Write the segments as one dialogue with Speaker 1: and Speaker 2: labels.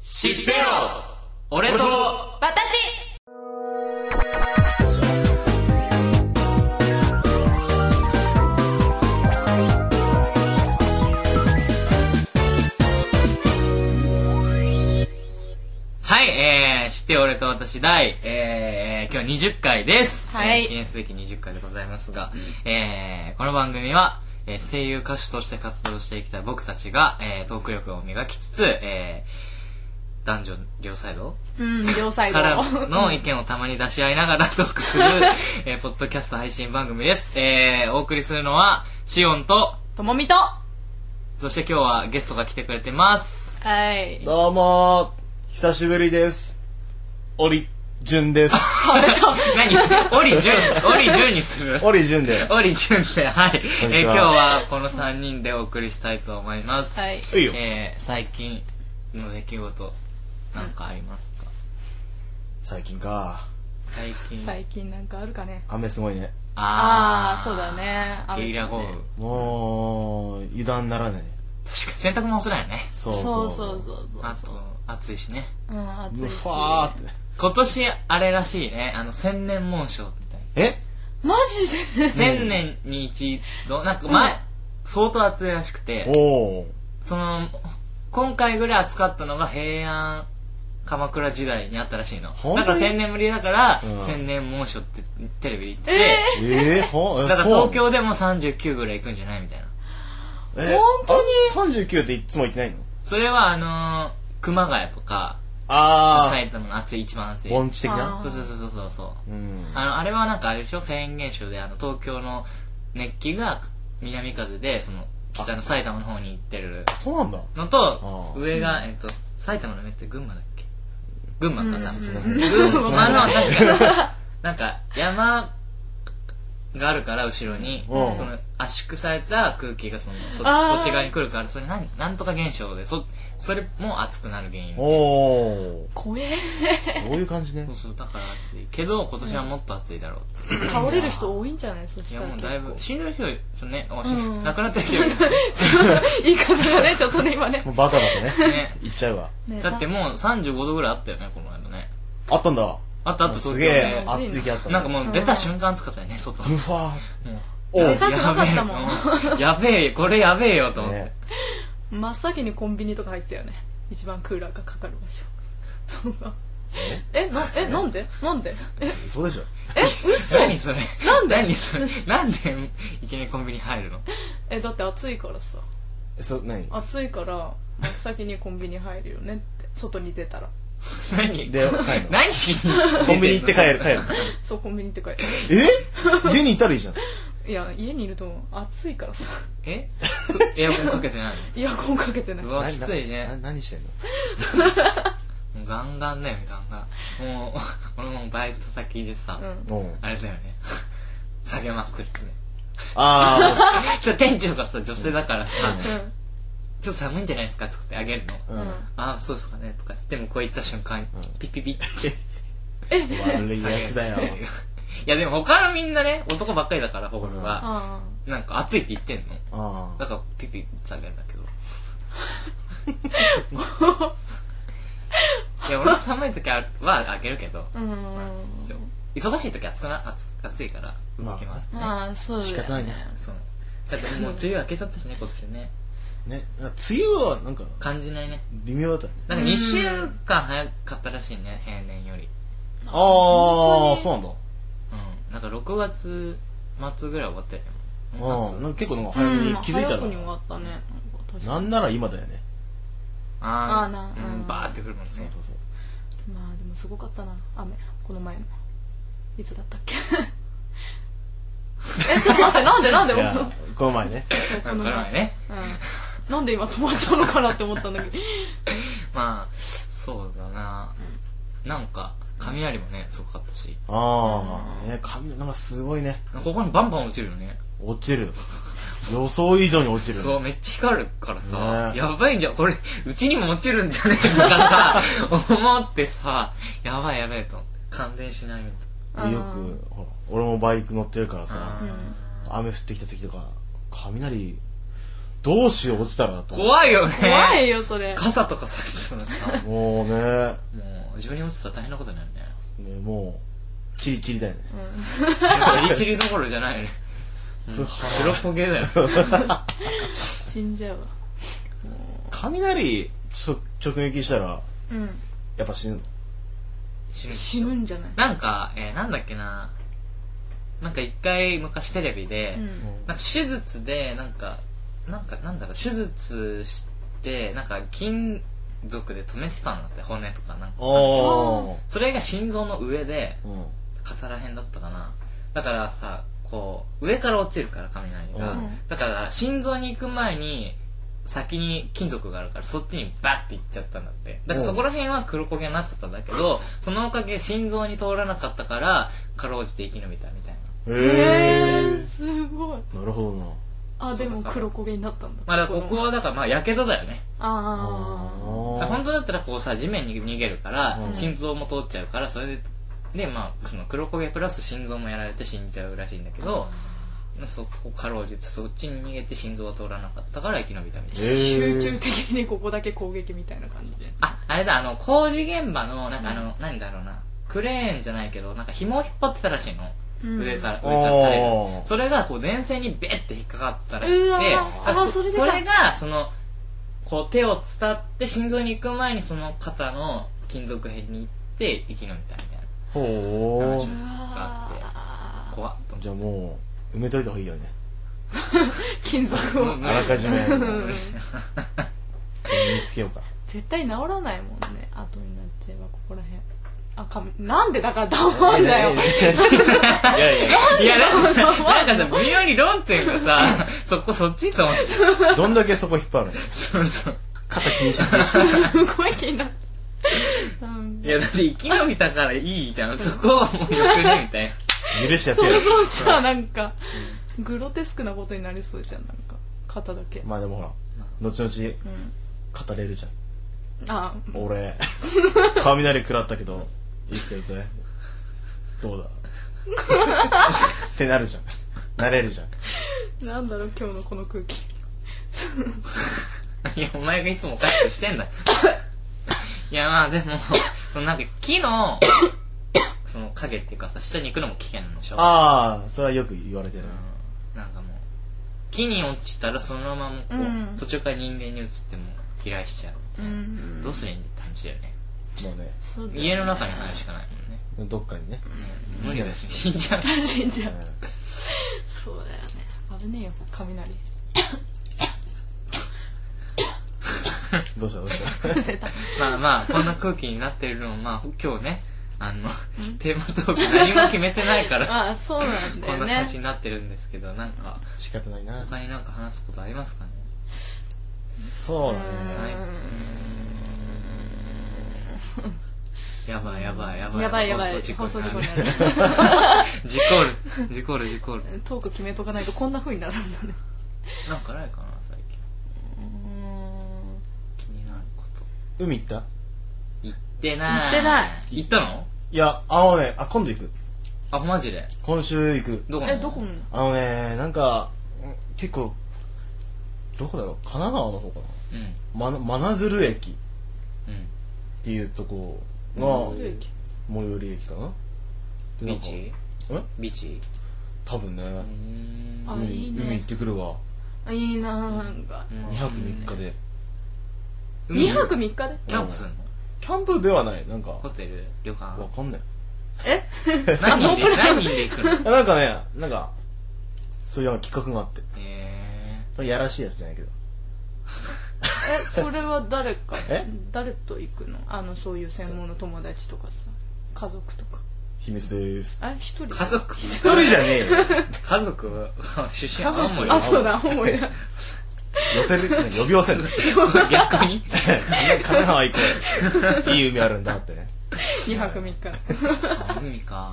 Speaker 1: 知ってよ俺と
Speaker 2: 私
Speaker 1: はい、えー、知ってよ俺と私第、えー、今日20回です。
Speaker 2: はい
Speaker 1: えー記念すべき20回でございますが、えー、この番組は、えー声優歌手として活動していきたい僕たちが、えー、トーク力を磨きつつ、えー、男女両サイド
Speaker 2: うん両サイド
Speaker 1: からの意見をたまに出し合いながら トークす る、えー、ポッドキャスト配信番組です。えー、お送りするのは、シオンと、
Speaker 2: ともみとは
Speaker 1: そして今日はゲストが来てくれてます。
Speaker 2: い
Speaker 3: どうもー、久しぶりです。オリジュ ンです。
Speaker 1: 何オリジュン、オリジュンにする
Speaker 3: オリジュンで。
Speaker 1: オリジュンで、はい。え
Speaker 3: ん
Speaker 1: ー
Speaker 3: にち
Speaker 1: 今
Speaker 3: は
Speaker 1: 日はこの3人でお送りしたいと思います。
Speaker 2: はい
Speaker 3: いいよ。
Speaker 1: えー、最近の出来事、なんかありますか
Speaker 3: 最近か。
Speaker 1: 最近。
Speaker 2: 最近なんかあるかね
Speaker 3: 雨すごいね。
Speaker 2: あ
Speaker 1: ー
Speaker 2: あそうだ。ね
Speaker 1: ゲリラ豪雨。確か
Speaker 3: もう、油断ならない。
Speaker 1: に洗濯もすないよね。
Speaker 3: そ
Speaker 2: そう
Speaker 3: う
Speaker 2: そ
Speaker 3: そうう。
Speaker 2: そうそうそう
Speaker 1: あと、暑いしね。
Speaker 2: うん暑いし
Speaker 3: ふわーって。
Speaker 1: 今年あれらしいねあの千年紋章みたいな
Speaker 3: え
Speaker 2: マジで
Speaker 1: 千年に一度なんか前、
Speaker 2: うん
Speaker 1: 相当暑いらしくて
Speaker 3: おー。
Speaker 1: その今回ぐらい暑かったのが平安鎌倉時代にあったらしいの
Speaker 3: 本当
Speaker 1: だ
Speaker 3: に
Speaker 1: から千年ぶりだから、
Speaker 3: うん
Speaker 1: 千年紋章ってテレビで言ってて、
Speaker 3: えー、ほん
Speaker 1: だから東
Speaker 3: え
Speaker 1: 京でも39ぐらい行くんじゃないみたいな
Speaker 3: そうえ
Speaker 2: 本
Speaker 3: 当に ?39 っていっつも行ってないの
Speaker 1: それはあのー熊谷とか
Speaker 3: あ
Speaker 1: 埼玉の暑い一番暑
Speaker 3: ー。
Speaker 1: い
Speaker 3: 盆地的
Speaker 2: あ
Speaker 3: な
Speaker 2: ー
Speaker 1: そうそうそうそうそうそう
Speaker 3: うん。
Speaker 1: あの、あれはなんかあれでしょフェーン現象で、あの、東京の熱気が南風で、その、北の埼玉の方に行ってる
Speaker 3: そうなんだ。
Speaker 1: のと
Speaker 3: あ、ー
Speaker 1: 上が、えっと、埼玉の目って群馬だっけ群馬かな
Speaker 3: うん
Speaker 1: 群
Speaker 3: そう
Speaker 1: 馬の、な
Speaker 3: な
Speaker 1: ん
Speaker 3: ん
Speaker 1: か
Speaker 3: だ、
Speaker 1: なんか山があるから、後ろに、そ
Speaker 3: うん
Speaker 1: の圧縮された空気がその、そ
Speaker 2: あー
Speaker 1: こっち側に来るから、それなん、なんとか現象で、そ、それも熱くなる原因。そ
Speaker 3: おー。
Speaker 2: 怖え
Speaker 3: そういう感 じね
Speaker 1: う。そう、だから暑い。けど、今年はもっと暑いだろうって。
Speaker 2: 倒れる人多いんじゃないそし
Speaker 1: い
Speaker 2: た
Speaker 1: や
Speaker 2: ら
Speaker 1: もう
Speaker 2: 結
Speaker 1: だいぶ
Speaker 2: 構
Speaker 1: 死んでる人よりそのね、お死
Speaker 2: うん
Speaker 1: 亡くなってる人より
Speaker 2: 言い方がねちょっと ね今ね
Speaker 3: もうバタバタ ね。
Speaker 1: ね
Speaker 3: 行っちゃうわ。
Speaker 2: ね
Speaker 1: だってもう35度ぐらいあったよねこの間ね
Speaker 3: あったんだ。
Speaker 1: あったあった東
Speaker 3: す
Speaker 1: 京
Speaker 3: げえ
Speaker 1: で、
Speaker 3: 暑い日あった
Speaker 1: なんかもう出た瞬間暑かったよね外も
Speaker 3: う、ふわ
Speaker 1: う
Speaker 3: おう
Speaker 1: や
Speaker 3: 出た
Speaker 2: くなかったも
Speaker 1: べ
Speaker 2: ん
Speaker 1: えうんやべえこれやべえよと
Speaker 3: ー。
Speaker 1: 思って、
Speaker 3: ね。
Speaker 2: 真っ先にコンビニとか入ったよね一番クーラーがかかる場所 えなえなんでなんでえ
Speaker 3: そうでしょ。
Speaker 2: え嘘
Speaker 1: 何それ
Speaker 2: なんで
Speaker 1: 何それなんでいきなりコンビニ入るの
Speaker 2: えだって暑いからさ
Speaker 3: え、そう、何
Speaker 2: 暑いから真っ先にコンビニ入るよねって外に出たら
Speaker 1: 何
Speaker 3: で、帰る の
Speaker 1: 何しに
Speaker 3: コンビニ行って帰 る、帰る。
Speaker 2: そうコンビニって書いてあ
Speaker 3: え家にいたらいいじゃん。
Speaker 2: るいや家にいると暑いからさ
Speaker 1: えエアコンかけて ない
Speaker 2: エアコンかけてない
Speaker 1: のうわきつい
Speaker 3: な
Speaker 1: ね
Speaker 3: 何してんの
Speaker 1: もうガンガンだよねガンガンもう 俺もバイト先でさ、
Speaker 2: うん
Speaker 3: うん。
Speaker 1: あれだよね 下げまくるね
Speaker 3: あ
Speaker 1: ちょ店長がさ女性だからさ、
Speaker 3: うん
Speaker 1: ちょっと寒いんじゃないですかってってあげるの、
Speaker 3: あ、う
Speaker 2: うん
Speaker 3: ん。
Speaker 1: ああそうですかねとかでもこう言った瞬間に
Speaker 3: うん
Speaker 1: ピッピッピッ って
Speaker 3: 悪いやつだよ。
Speaker 1: いやでも他のみんなね男ばっかりだからほぼが、
Speaker 2: あ
Speaker 1: なんか暑いって言ってんの
Speaker 3: あ
Speaker 1: だからピッピッってあげるんだけ どいや俺は寒い時はあげるけど
Speaker 2: あうん
Speaker 1: 忙しい時は暑くな暑暑いから動きます、ね
Speaker 2: まあそうだよ
Speaker 3: 仕方ないね
Speaker 1: そうだってもう梅雨明けちゃったしね今年ね
Speaker 3: あ。ね、なんか梅雨はなんか
Speaker 1: 感じないね
Speaker 3: 微妙だったね。
Speaker 1: なんか2週間早かったらしいね平年より
Speaker 3: ああ、そうなんだ。
Speaker 1: うんなんか6月末ぐらい終わったよねもう
Speaker 3: あ
Speaker 1: 夏
Speaker 3: あ、なんか結構なんか
Speaker 2: う
Speaker 3: 早め
Speaker 2: ん
Speaker 3: に気づいた
Speaker 2: 早くに終わったね
Speaker 3: ら。なんなら今だよね。
Speaker 1: あ
Speaker 2: あーな
Speaker 1: ーう
Speaker 2: うん
Speaker 1: んバーってくるもんね
Speaker 3: そうそうそう。
Speaker 2: まあでもすごかったな雨この前のいつだったっ けえちょっと待ってなんでなんで
Speaker 3: いや、この前ね。
Speaker 2: そうこ
Speaker 1: うん
Speaker 2: の
Speaker 1: これ
Speaker 2: 前
Speaker 1: はね
Speaker 2: うんなんで今止まっちゃうのかなって思ったんだけど
Speaker 1: まあそうだななんか雷もねすごかったし
Speaker 3: ああ、ね、髪なんかすごいね。
Speaker 1: ここにバンバン落ちるよね
Speaker 3: 落ちる。予想以上に落ちる。
Speaker 1: そうめっちゃ光るからさ
Speaker 3: ね
Speaker 1: やばいんじゃんこれうちにも落ちるんじゃねえかな思ってさやばいやばいと思って感電しないみたい
Speaker 3: でよく、ほら、俺もバイク乗ってるからさ、
Speaker 1: な
Speaker 2: うん
Speaker 3: 雨降ってきた時とか、雷、どうしよう落ちたらと思っ
Speaker 1: 怖いよね。
Speaker 2: 怖いよ、それ。
Speaker 1: 傘とかさしてたらさ、
Speaker 3: て。もうね、
Speaker 1: もう自分に落ちたら大変なことになるね。
Speaker 3: ねもう、チリチリだよね。
Speaker 1: チリチリどころじゃないよね。
Speaker 3: ふは
Speaker 1: 黒っぽけだよ。
Speaker 2: 死んじゃうわ。
Speaker 3: 雷ちょ直撃したら、
Speaker 2: うん。
Speaker 3: やっぱ死ぬの。
Speaker 1: 死ぬ
Speaker 2: 死ぬんじゃない
Speaker 1: なんか、えーなんだっけな。なんか一回昔テレビで、
Speaker 2: うん。
Speaker 1: なんか手術で、なんか、なんかなんだろう、手術して、なんか金属で止めてたんだって、骨とかなんか。
Speaker 3: あ
Speaker 1: それが心臓の上で、
Speaker 3: あ。うん。
Speaker 1: 肩らへんだったかな。だからさ、こう、上から落ちるから、雷が。
Speaker 2: うん
Speaker 1: だから、心臓に行く前に、先に金属があるから、そっちにバッて行っちゃったんだって。だからそこら辺は黒焦げになっちゃったんだけど、そのおかげ心臓に通らなかったから、かろうじて生き延びたみたいな。
Speaker 3: へ
Speaker 2: え
Speaker 3: え
Speaker 2: ー、。すごい。
Speaker 3: なるほどな。
Speaker 2: あ、
Speaker 1: そう
Speaker 2: で
Speaker 1: だから
Speaker 2: も黒焦げになったんだ。
Speaker 1: まあだからここはだから、まあ、やけどだよね。
Speaker 2: あ
Speaker 1: だから
Speaker 3: あ
Speaker 1: 本当だったらこうさ、地面に逃げるから
Speaker 3: う、ん
Speaker 1: 心臓も通っちゃうから、それで、で、まあ、その黒焦げプラス心臓もやられて死んじゃうらしいんだけど、まあそこかろうじてそっちに逃げて心臓は通らなかったから生き延びたみたい
Speaker 2: あ。
Speaker 1: な。
Speaker 3: えー
Speaker 2: 集中的にここだけ攻撃みたいな感じで。
Speaker 1: あ、あれだ、あの、工事現場の、なんかあの、何だろうな、クレーンじゃないけど、なんか紐を引っ張ってたらしいの。
Speaker 2: うん
Speaker 1: 上から、上
Speaker 3: あー
Speaker 1: から垂れる。それが、こう、電線にベッて引っかかったらしく
Speaker 2: う
Speaker 1: て、
Speaker 2: わー
Speaker 1: あ
Speaker 2: あ
Speaker 1: そ
Speaker 2: それで
Speaker 1: そ
Speaker 2: か
Speaker 1: れが、その、こう、手を伝って心臓に行く前に、その肩の金属片に行って、生き延びたみたい
Speaker 3: ほ
Speaker 1: う
Speaker 2: う
Speaker 1: わ
Speaker 2: わ
Speaker 1: な。怖っと思
Speaker 3: う。じゃあもう、埋めといた方がいいよね。
Speaker 2: ー金属
Speaker 1: う
Speaker 2: を
Speaker 1: ん。
Speaker 3: あら かじめ。
Speaker 1: う
Speaker 3: 見
Speaker 1: うん
Speaker 3: つけようか。
Speaker 2: 絶対治らないもんね。後になっちゃえば、ここら辺。あ、かみ、なんでだから黙んだよ。
Speaker 3: いやい
Speaker 1: いや、なんかさ、なんかさ、微妙に論点がさ、そこそっちと思ってた。
Speaker 3: や、どんだけそこ引っ張るの
Speaker 1: そうそう。
Speaker 3: 肩気にしすぎ
Speaker 2: 声気になった。うん。
Speaker 1: いや、だって生き延びたからいいじゃん。そこはもうよくねみたいな。
Speaker 3: 許しちゃって
Speaker 2: 想
Speaker 3: やる。
Speaker 2: 像した、なんか、グロテスクなことになりそうじゃん、なんか。肩だけ。
Speaker 3: まあでもほら、後々
Speaker 2: うん。
Speaker 3: 語れるじゃん。
Speaker 2: あ、
Speaker 3: 俺、 雷食らったけど、生きてるぜ。どうだ ってなるじゃん。なれるじゃん。
Speaker 2: なんだろう、今日のこの空気。
Speaker 1: いや、お前がいつもおかしくしてん だ。いや、まあでも、そのなんか木の、 その影っていうかさ、下に行くのも危険なんでしょなん
Speaker 3: ああ、それはよく言われてるな。
Speaker 1: かもう、木に落ちたらそのままこう、
Speaker 2: うん
Speaker 1: 途中から人間に移っても飛来しちゃう。
Speaker 2: うん。
Speaker 1: どうすりゃいいんだって話だよね。
Speaker 3: もうね、
Speaker 2: そうだよ
Speaker 1: 家の中に入るしかないもんね。
Speaker 3: どっかにね。
Speaker 1: 無理だよ。死んじゃう。
Speaker 2: 死んじゃう
Speaker 3: うん。
Speaker 2: そうだよね。危ねえよ、雷。
Speaker 3: どうしたどうした
Speaker 2: 伏せた。
Speaker 1: まあまあ、こんな空気になってるのを、まあ今日ね、あの、テーマトーク何も決めてないから、
Speaker 2: まあ、そうなんだ
Speaker 1: こん
Speaker 2: よ
Speaker 1: な
Speaker 2: ね
Speaker 1: 感。じになってるんですけど、なんか、
Speaker 3: 仕方ないな。
Speaker 1: 他になんか話すことありますかね
Speaker 3: そうだ
Speaker 1: は
Speaker 3: ね。
Speaker 1: いやばいやばいやばい
Speaker 2: やばいやばい、
Speaker 1: 放
Speaker 2: 放
Speaker 1: 送
Speaker 2: 送
Speaker 1: 事
Speaker 2: 事
Speaker 1: 故
Speaker 2: 故
Speaker 1: に
Speaker 2: に
Speaker 1: なる
Speaker 2: なる。
Speaker 1: 事故る事故る事故る
Speaker 2: トーク決めとかないとこんな風になるんだね。
Speaker 1: なんかないかな最近
Speaker 2: うん。
Speaker 1: 気になること
Speaker 3: 海行った
Speaker 1: 行ってない
Speaker 2: 行ってない
Speaker 1: 行ったの
Speaker 3: いや、あのね、あ、今度行く。
Speaker 1: あマジで
Speaker 3: 今週行く。
Speaker 1: どこな
Speaker 2: え、
Speaker 1: の
Speaker 2: どこも
Speaker 3: あのね、なんか、ん結構、どこだろう神奈川の方か
Speaker 1: うん
Speaker 3: なまな、真鶴駅っ
Speaker 1: うん
Speaker 3: ていうとこが、
Speaker 2: 真鶴駅
Speaker 3: 最寄り駅かなで
Speaker 1: ビ
Speaker 3: なん
Speaker 1: ー
Speaker 3: か
Speaker 1: チ
Speaker 3: え
Speaker 1: ビーチ
Speaker 3: 多分ね、
Speaker 1: うーん
Speaker 2: あ
Speaker 3: 海
Speaker 2: いいね
Speaker 3: 海行ってくるわ。
Speaker 2: あいいなぁ、なんか。
Speaker 1: うん
Speaker 3: 2泊3日で。
Speaker 1: 海
Speaker 2: 2泊3日で
Speaker 1: キャンプすんの
Speaker 3: キャンプではない、なんか、
Speaker 1: ホテル旅館
Speaker 3: わかんない。
Speaker 2: え
Speaker 1: 何人
Speaker 2: あノ
Speaker 1: で
Speaker 2: ー
Speaker 1: 何人で行く
Speaker 2: プラン
Speaker 1: の
Speaker 3: いやなんかね、なんか、そういうなんか企画があって。
Speaker 1: え
Speaker 3: やらしいやつじゃないけど。
Speaker 2: え、それは誰か
Speaker 3: え、
Speaker 2: 誰と行くのあの、そういう専門の友達とかさ、家族とか。
Speaker 3: 秘密です。
Speaker 2: あ、一人
Speaker 1: ー家族
Speaker 3: 一人じゃ ねえよ。
Speaker 1: 家族 出身
Speaker 3: 家族
Speaker 1: 青森
Speaker 2: あ、そうだ、思い出。
Speaker 3: 寄せる、呼び寄せる。
Speaker 1: 逆 に
Speaker 3: 神奈川行こうよ。いい海あるんだってね。
Speaker 2: 2泊3日。
Speaker 1: あ海か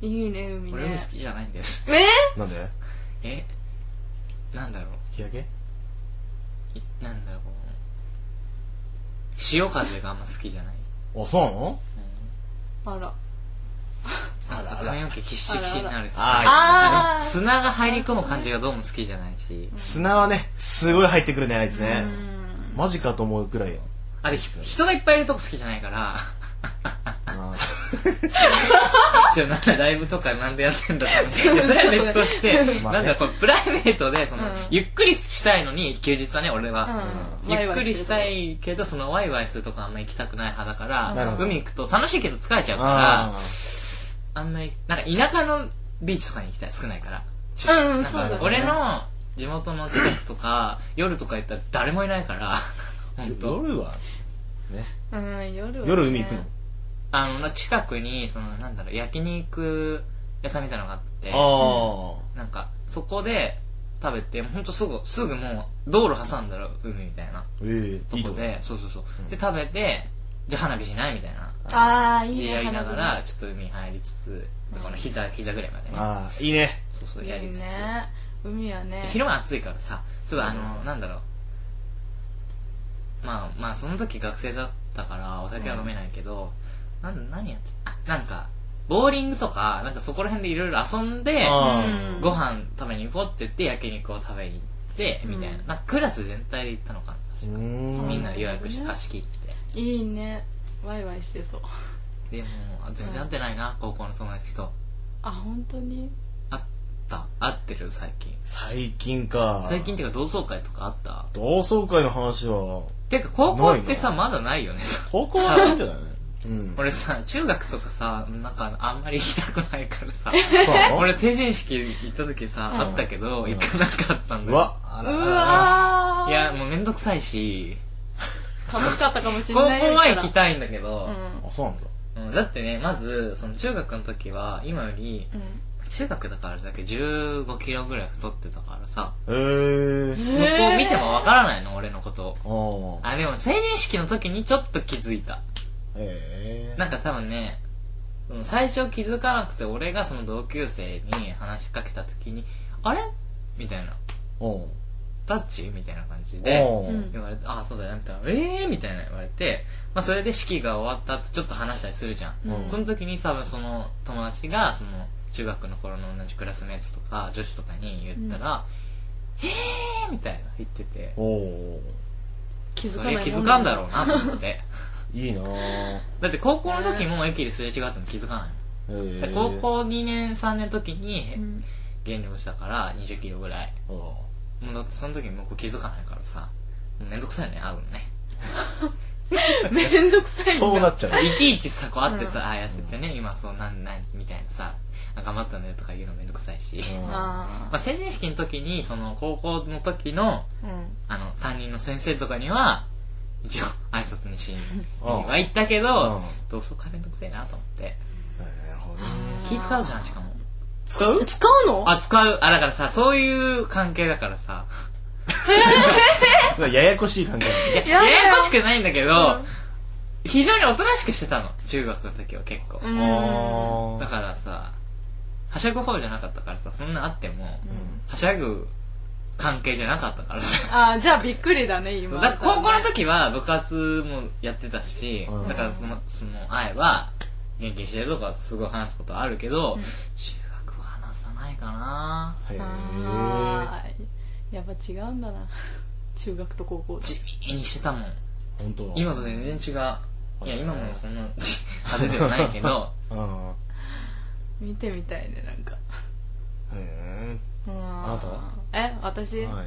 Speaker 2: いいね、海
Speaker 1: 俺海
Speaker 2: ね
Speaker 1: 好。きじゃないんだよ
Speaker 2: えー
Speaker 3: なんで
Speaker 1: えなんだろ
Speaker 3: 日焼け
Speaker 1: ういなんだろうこの潮風があんま好きじゃない
Speaker 3: あ、そうなの
Speaker 2: あら。
Speaker 1: あ
Speaker 3: らあら
Speaker 1: 髪の毛キッシキシになる
Speaker 3: あら
Speaker 2: あら
Speaker 1: あの砂が入り込む感じがどうも好きじゃないし
Speaker 3: 砂はね、すごい入ってくるね、あいつ
Speaker 2: う
Speaker 3: ね。
Speaker 2: ん
Speaker 3: マジかと思うくらいよ。
Speaker 1: あれひ人がいっぱいいるとこ好きじゃないから
Speaker 3: あ
Speaker 1: じゃあなんだライブとかなんでやってんだ って話いやそれは別として、
Speaker 3: まあね
Speaker 1: なんだこれプライベートでその、
Speaker 2: うん
Speaker 1: ゆっくりしたいのに休日はね俺は、
Speaker 2: うん
Speaker 1: ゆっくりした
Speaker 2: ワイワイしてる
Speaker 1: いけどそのワイワイするとこあんま行きたくない派だか
Speaker 3: なる
Speaker 1: ら
Speaker 3: ほど
Speaker 1: 海行くと楽しいけど疲れちゃうから
Speaker 3: あー。
Speaker 1: あんまりなんか田舎のビーチとかに行きたい少ないから
Speaker 2: うんうん
Speaker 1: なんか
Speaker 2: そうだね
Speaker 1: 俺の地元の近くとか 夜とか行ったら誰もいないから 本当
Speaker 3: 夜は、ね。
Speaker 2: とうん夜はね
Speaker 3: 夜海行くの
Speaker 1: あの近くにそのなんだろう焼肉屋さんみたいなのがあって
Speaker 3: あ
Speaker 1: なんかそこで食べてほんとすぐすぐもう道路挟んだら海みたいな
Speaker 3: あ。え
Speaker 1: と
Speaker 3: え、いいと
Speaker 1: こ
Speaker 3: こ
Speaker 1: で
Speaker 3: ね。
Speaker 1: そうそうそう、
Speaker 3: うん
Speaker 1: で食べてじゃあ花火しないみたいな
Speaker 2: ああいいね
Speaker 1: やりなが
Speaker 2: 花
Speaker 1: らちょっと海入りつつだから膝膝ぐらいまでね
Speaker 3: ああ、いいね。
Speaker 1: そうそ
Speaker 2: 火
Speaker 1: う
Speaker 2: いい
Speaker 1: やりつつ
Speaker 2: ね海はね
Speaker 1: 昼間暑いからさちょっとあの、なんだろうまあまあその時学生だったからお酒は飲めないけど、なん何やってあなんかボーリングとかなんかそこら辺でいろいろ遊んで
Speaker 3: あ
Speaker 2: うん
Speaker 1: ご飯食べに行こうって言って焼肉を食べに行ってみたいな,、
Speaker 2: うん
Speaker 1: なんかクラス全体で行ったのか
Speaker 3: うー
Speaker 1: な、
Speaker 3: ん。
Speaker 1: みんな予約し
Speaker 2: う
Speaker 1: て
Speaker 2: ん
Speaker 1: 貸し切って
Speaker 2: いいねワイワイしてそう
Speaker 1: でもう全然会ってないな、高校の友達と
Speaker 2: あ本当に
Speaker 1: 会った会ってる最近
Speaker 3: 最近か。
Speaker 1: 最近っていうか同窓会とかあった
Speaker 3: 同窓会の話は、
Speaker 1: てか高校ってさ
Speaker 3: な
Speaker 1: まだないよね
Speaker 3: 高校はないんじゃないうん。
Speaker 1: 俺さ中学とかさなんかあんまり行きたくないから さ
Speaker 3: そうなの
Speaker 1: 俺成人式行った時さ、
Speaker 2: うん
Speaker 1: あったけど行かなかったん
Speaker 3: う
Speaker 1: だよ
Speaker 3: わ、あ
Speaker 2: う
Speaker 3: ら。
Speaker 2: わー
Speaker 1: いやもうめんどくさいし
Speaker 2: 楽しかったかもし
Speaker 1: 高
Speaker 2: れ
Speaker 1: 校
Speaker 2: ないよ
Speaker 1: は行
Speaker 2: から
Speaker 1: きたいんだけど
Speaker 2: う、
Speaker 3: あ、そうなんだ。
Speaker 1: うんだってねまずその中学の時は今より
Speaker 2: ん
Speaker 1: 中学だからあれだけ1 5キロぐらい太ってたからさ
Speaker 3: えー。
Speaker 1: 向こう見てもわからないの俺のこと
Speaker 3: ああ。
Speaker 1: あでも成人式の時にちょっと気づいた
Speaker 3: ええ。
Speaker 1: なんか多分ね、その最初気づかなくて、俺がその同級生に話しかけた時に、あれみたいな。
Speaker 3: おう
Speaker 1: タッチみたいな感じで、
Speaker 3: おう。
Speaker 2: うん
Speaker 1: 言われて、あ、そうだよ、みたいな。えーみたいな言われて、まあそれで式が終わった後、ちょっと話したりするじゃん。
Speaker 3: うん
Speaker 1: その時に多分その友達が、その中学の頃の同じクラスメートとか、女子とかに言ったら、えーみたいな言ってて、
Speaker 3: おう。
Speaker 2: 気づ
Speaker 1: そ
Speaker 2: かな
Speaker 1: れ
Speaker 2: い
Speaker 1: 気づかんだろうなと思って。
Speaker 3: いいなぁ。
Speaker 1: だって高校の時も駅ですれ違っても気づかないもん。
Speaker 3: えー
Speaker 1: 高校2年3年の時に
Speaker 2: うん
Speaker 1: 減量したから2 0キロぐらい
Speaker 3: おう
Speaker 1: もうだってその時もう気づかないからさもうめんどくさいよね会うのね
Speaker 2: めんどくさいんだ
Speaker 3: そうなっちゃう。
Speaker 1: いちいちさこう会ってさ、ああ痩せてね今そうなんなんみたいなさあ頑張ったねとか言うのめんどくさいし、
Speaker 3: うん
Speaker 2: あ
Speaker 1: まあ、成人式の時にその高校の時の
Speaker 2: ーうん
Speaker 1: あの担任の先生とかには一応挨拶にしに
Speaker 3: うん
Speaker 1: は行ったけ
Speaker 3: うん
Speaker 1: ど同窓会めんどくせえなと思って
Speaker 3: なるほどね。
Speaker 1: 気使うじゃんしかも
Speaker 3: 使う
Speaker 2: 使うの
Speaker 1: あ使うあだからさそういう関係だからさ
Speaker 3: それはややこしい感じ
Speaker 1: いや
Speaker 2: やだよ
Speaker 1: ややこしくないんだけど、
Speaker 2: うん
Speaker 1: 非常におとなしくしてたの中学の時は結構、
Speaker 2: うん
Speaker 3: あ
Speaker 1: だ
Speaker 3: あ。
Speaker 1: からさはしゃぐ方じゃなかったからさそんなあっても、はしゃぐ関係じゃなかったからさ
Speaker 2: あーじゃあびっくりだね今
Speaker 1: だって高校の時は部活もやってたし、
Speaker 3: うん
Speaker 1: だからそのその会えば元気にしてるとかすごい話すことはあるけど、中学は話さないかな
Speaker 3: へえ。
Speaker 2: あーやっぱ違うんだな中学と高校
Speaker 1: 地味にしてたもん
Speaker 3: 本当。
Speaker 1: 今と全然違ういや今もそんな 派手ではないけど
Speaker 3: あ
Speaker 2: 見てみたいねなんか
Speaker 3: あ。へ
Speaker 2: うん
Speaker 3: なたは
Speaker 2: え私、
Speaker 3: え。はい。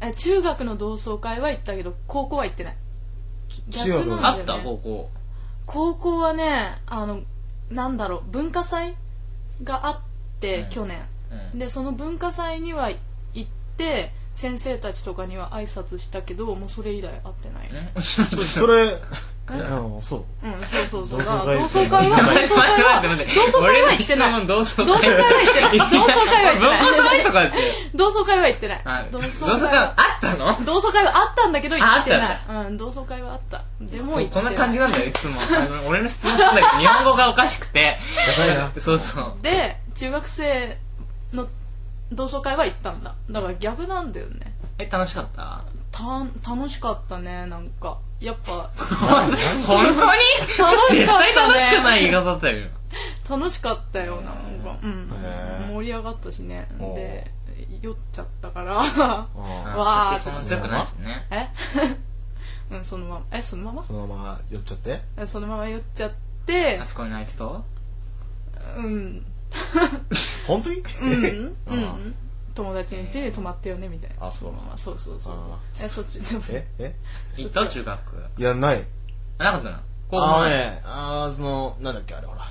Speaker 2: え中学の同窓会は行ったけど高校は行ってない
Speaker 3: 中学
Speaker 2: 逆
Speaker 3: は
Speaker 1: あ
Speaker 2: なん
Speaker 1: っ
Speaker 2: だ
Speaker 1: た
Speaker 2: よ、ね、
Speaker 1: 高校
Speaker 2: 高校はねあのなんだろう文化祭があって、去年
Speaker 1: うん
Speaker 2: でその文化祭には行って先生たちとかには挨拶したけどもうそれ以来会ってない、
Speaker 1: んちょっと
Speaker 3: それ、うん、そう。
Speaker 2: うんそうそうそう
Speaker 3: 同窓会
Speaker 2: 同窓会は同
Speaker 1: 待って
Speaker 2: 窓
Speaker 1: 待って待って
Speaker 2: 会は同窓会は行ってない
Speaker 1: 俺の質問同窓
Speaker 2: 同窓
Speaker 1: 会。
Speaker 2: 会は行ってない
Speaker 1: 文
Speaker 2: 同窓会は行ってない
Speaker 1: 化祭とかって。
Speaker 2: 同窓会は行ってない
Speaker 1: あ同
Speaker 2: 同
Speaker 1: 窓
Speaker 2: 窓
Speaker 1: 会
Speaker 2: 会
Speaker 1: あ
Speaker 2: は
Speaker 1: ったの
Speaker 2: 同窓会はあったんだけど行って
Speaker 1: ああ
Speaker 2: な
Speaker 1: っ
Speaker 2: いうん同窓会はあったでも行って
Speaker 1: こん
Speaker 2: な
Speaker 1: ない感じなんだよ、いつも。あの俺の質問するんだけど、日本語がおかしくて。
Speaker 3: やばいな。
Speaker 1: そうそう。
Speaker 2: で中学生の同窓会は行ったんだだから逆なんだよね
Speaker 1: え、楽しかった
Speaker 2: た楽しかったねなんかやっぱ
Speaker 1: 本当に
Speaker 2: 楽し
Speaker 1: 絶
Speaker 2: かっ
Speaker 1: 対楽しく
Speaker 2: た
Speaker 1: ない言
Speaker 2: ね
Speaker 1: い方だったよ。
Speaker 2: 楽しかったよなんか、うん
Speaker 3: へー、
Speaker 2: 盛り上がったしね
Speaker 3: おう
Speaker 2: で酔っちゃったから
Speaker 3: あ
Speaker 2: わー
Speaker 1: あ、そんな強くないしね。
Speaker 2: え うんそのままえそのま
Speaker 3: あ
Speaker 2: ま
Speaker 3: そのまま寄っちゃって
Speaker 2: えそのまま酔っちゃって
Speaker 1: あそこに泣いてと
Speaker 2: うん
Speaker 3: 本当に
Speaker 2: うんう
Speaker 3: あ
Speaker 2: ん友達の家に泊まったよねみたいな
Speaker 3: あそう
Speaker 2: のままそうそうそう
Speaker 3: あ
Speaker 2: えそっち でも
Speaker 3: ええ
Speaker 1: 行った中学。
Speaker 3: いやない
Speaker 1: あなかったな。高
Speaker 3: あ
Speaker 1: 校
Speaker 3: の
Speaker 1: 前。
Speaker 3: ねあーそのなんだっけあれほら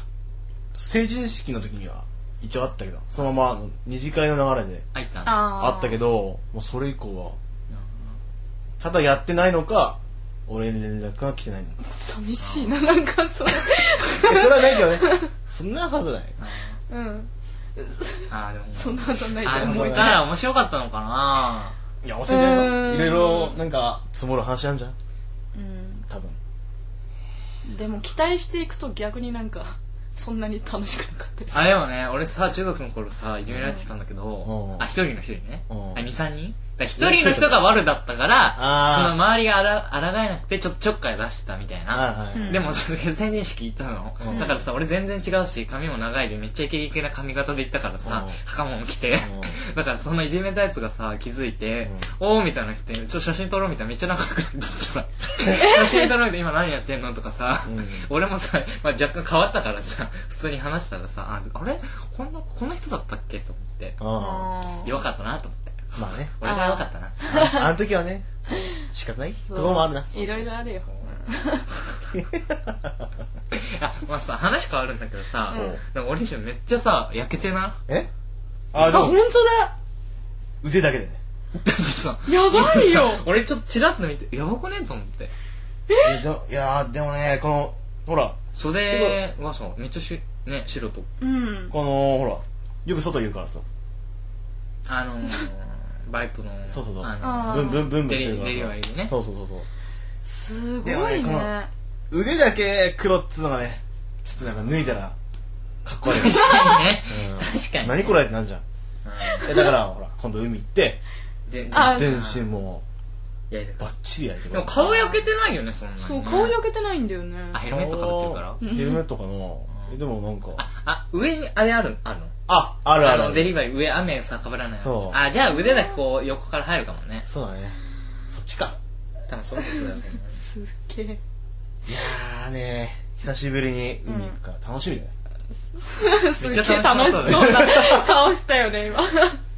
Speaker 3: 成人式の時には一応あったけどそのままあの二次会の流れで
Speaker 1: あ、行ったんだ。
Speaker 2: あー
Speaker 3: あったけどもうそれ以降はただやってないのか俺に連絡が来てないのか
Speaker 2: 寂しいななんかそれ
Speaker 3: いやそれはないけどねそんなはずない
Speaker 2: うん
Speaker 1: あーでも。
Speaker 2: そんなことない
Speaker 1: あ
Speaker 2: と
Speaker 1: でも
Speaker 2: 思
Speaker 1: 行
Speaker 2: い
Speaker 1: っ
Speaker 2: 出
Speaker 1: たら面白かったのかない
Speaker 3: や教えて
Speaker 2: う
Speaker 3: や
Speaker 2: ー
Speaker 3: ろ
Speaker 2: ん
Speaker 3: いろいろなんか積もる話なんじゃん
Speaker 2: うん
Speaker 3: 多分
Speaker 2: でも期待していくと逆になんかそんなに楽しくなかったです
Speaker 1: あ、でもね、俺さ、中学の頃さ、いじめられてたんだけ
Speaker 3: う
Speaker 1: ど、
Speaker 3: ん
Speaker 1: あ、一人の人にね。
Speaker 3: うん
Speaker 1: あ、二、三人だから一人の人が悪だったから、
Speaker 3: あー
Speaker 1: その周りがあら、あらがえなくて、ちょ、ちょっかい出してたみたいな。
Speaker 3: はいはい
Speaker 1: でも、それで成人式行ったの
Speaker 3: う。ん
Speaker 1: だからさ、俺全然違うし、髪も長いで、めっちゃイケイケな髪型で行ったからさ
Speaker 3: うん、
Speaker 1: 袴も着て。 だから、そのいじめたやつがさ、気づいて、おーみたいなの来て、ちょ、写真撮ろうみたいな、めっちゃ仲良くなってって さ、写真撮ろうみたいな、今何やってんのとかさ、
Speaker 3: うん
Speaker 1: 俺もさ、まあ、若干変わったからさ、普通に話したらさ、ああれこんな、こんな人だったっけと思って、
Speaker 3: あ
Speaker 2: あー
Speaker 1: 弱かったなと思って。
Speaker 3: あまあね
Speaker 1: 俺が弱かったな。
Speaker 3: あの時はねそう仕方ないところもあるな
Speaker 2: そういろいろあるよ
Speaker 1: あ、まあさ、話変わるんだけどさ、
Speaker 3: うん
Speaker 1: でも俺自身めっちゃさ、焼けてな。
Speaker 3: えあ
Speaker 2: あ
Speaker 3: で
Speaker 2: 本当
Speaker 3: も
Speaker 2: だ
Speaker 3: 腕だけでね
Speaker 1: だってさ、
Speaker 2: やばいよ
Speaker 1: さ 俺ちょっとチラッと見て、やばくねと思って。
Speaker 3: えでもいやーでもねこのほら
Speaker 1: 袖はさ、めっちゃし、ね、白と。
Speaker 2: うん
Speaker 3: このほらよく外言うからさ
Speaker 1: あ のー、バイトの、
Speaker 3: そうそうそう
Speaker 1: あのー
Speaker 2: あー
Speaker 3: ブンブンブンブン
Speaker 1: デ
Speaker 3: してる
Speaker 1: リ
Speaker 3: から
Speaker 1: デリバリーでね。
Speaker 3: そうそうそうそう
Speaker 2: すごい
Speaker 3: でもね
Speaker 2: ね
Speaker 3: この腕だけ黒っつうのがねちょっとなんか脱いだらかっこ悪い
Speaker 1: 確か にね。確かに。
Speaker 3: 何これってなんじゃん
Speaker 1: うん
Speaker 3: えだからほら今度海行って
Speaker 1: 全
Speaker 2: あ
Speaker 1: 然。
Speaker 3: 全身も
Speaker 1: いやいや
Speaker 3: うバッチリ焼いて
Speaker 1: でも
Speaker 3: る
Speaker 1: 顔焼けてないよね、そんなにね。
Speaker 2: そう顔焼けてないんだよね
Speaker 1: あ、ヘルメットかぶってるから。
Speaker 3: ヘルメットかなえでもなんか
Speaker 1: あ、あ、上に、あれあるあるの
Speaker 3: ああるあ
Speaker 1: あ
Speaker 3: る
Speaker 1: の、デリバリー上雨さ、被らないよに
Speaker 3: そう
Speaker 1: あ、じゃあ腕だけこう、横から入るかもね。
Speaker 3: そうだねそっちか
Speaker 1: 多分そういう ことだよね。
Speaker 2: すっげえ
Speaker 3: いやーね久しぶりに海行くから楽しみだね
Speaker 2: すっ
Speaker 1: っ
Speaker 2: げ
Speaker 1: ちゃ楽しそう
Speaker 2: え楽しそうな顔したよね今
Speaker 3: い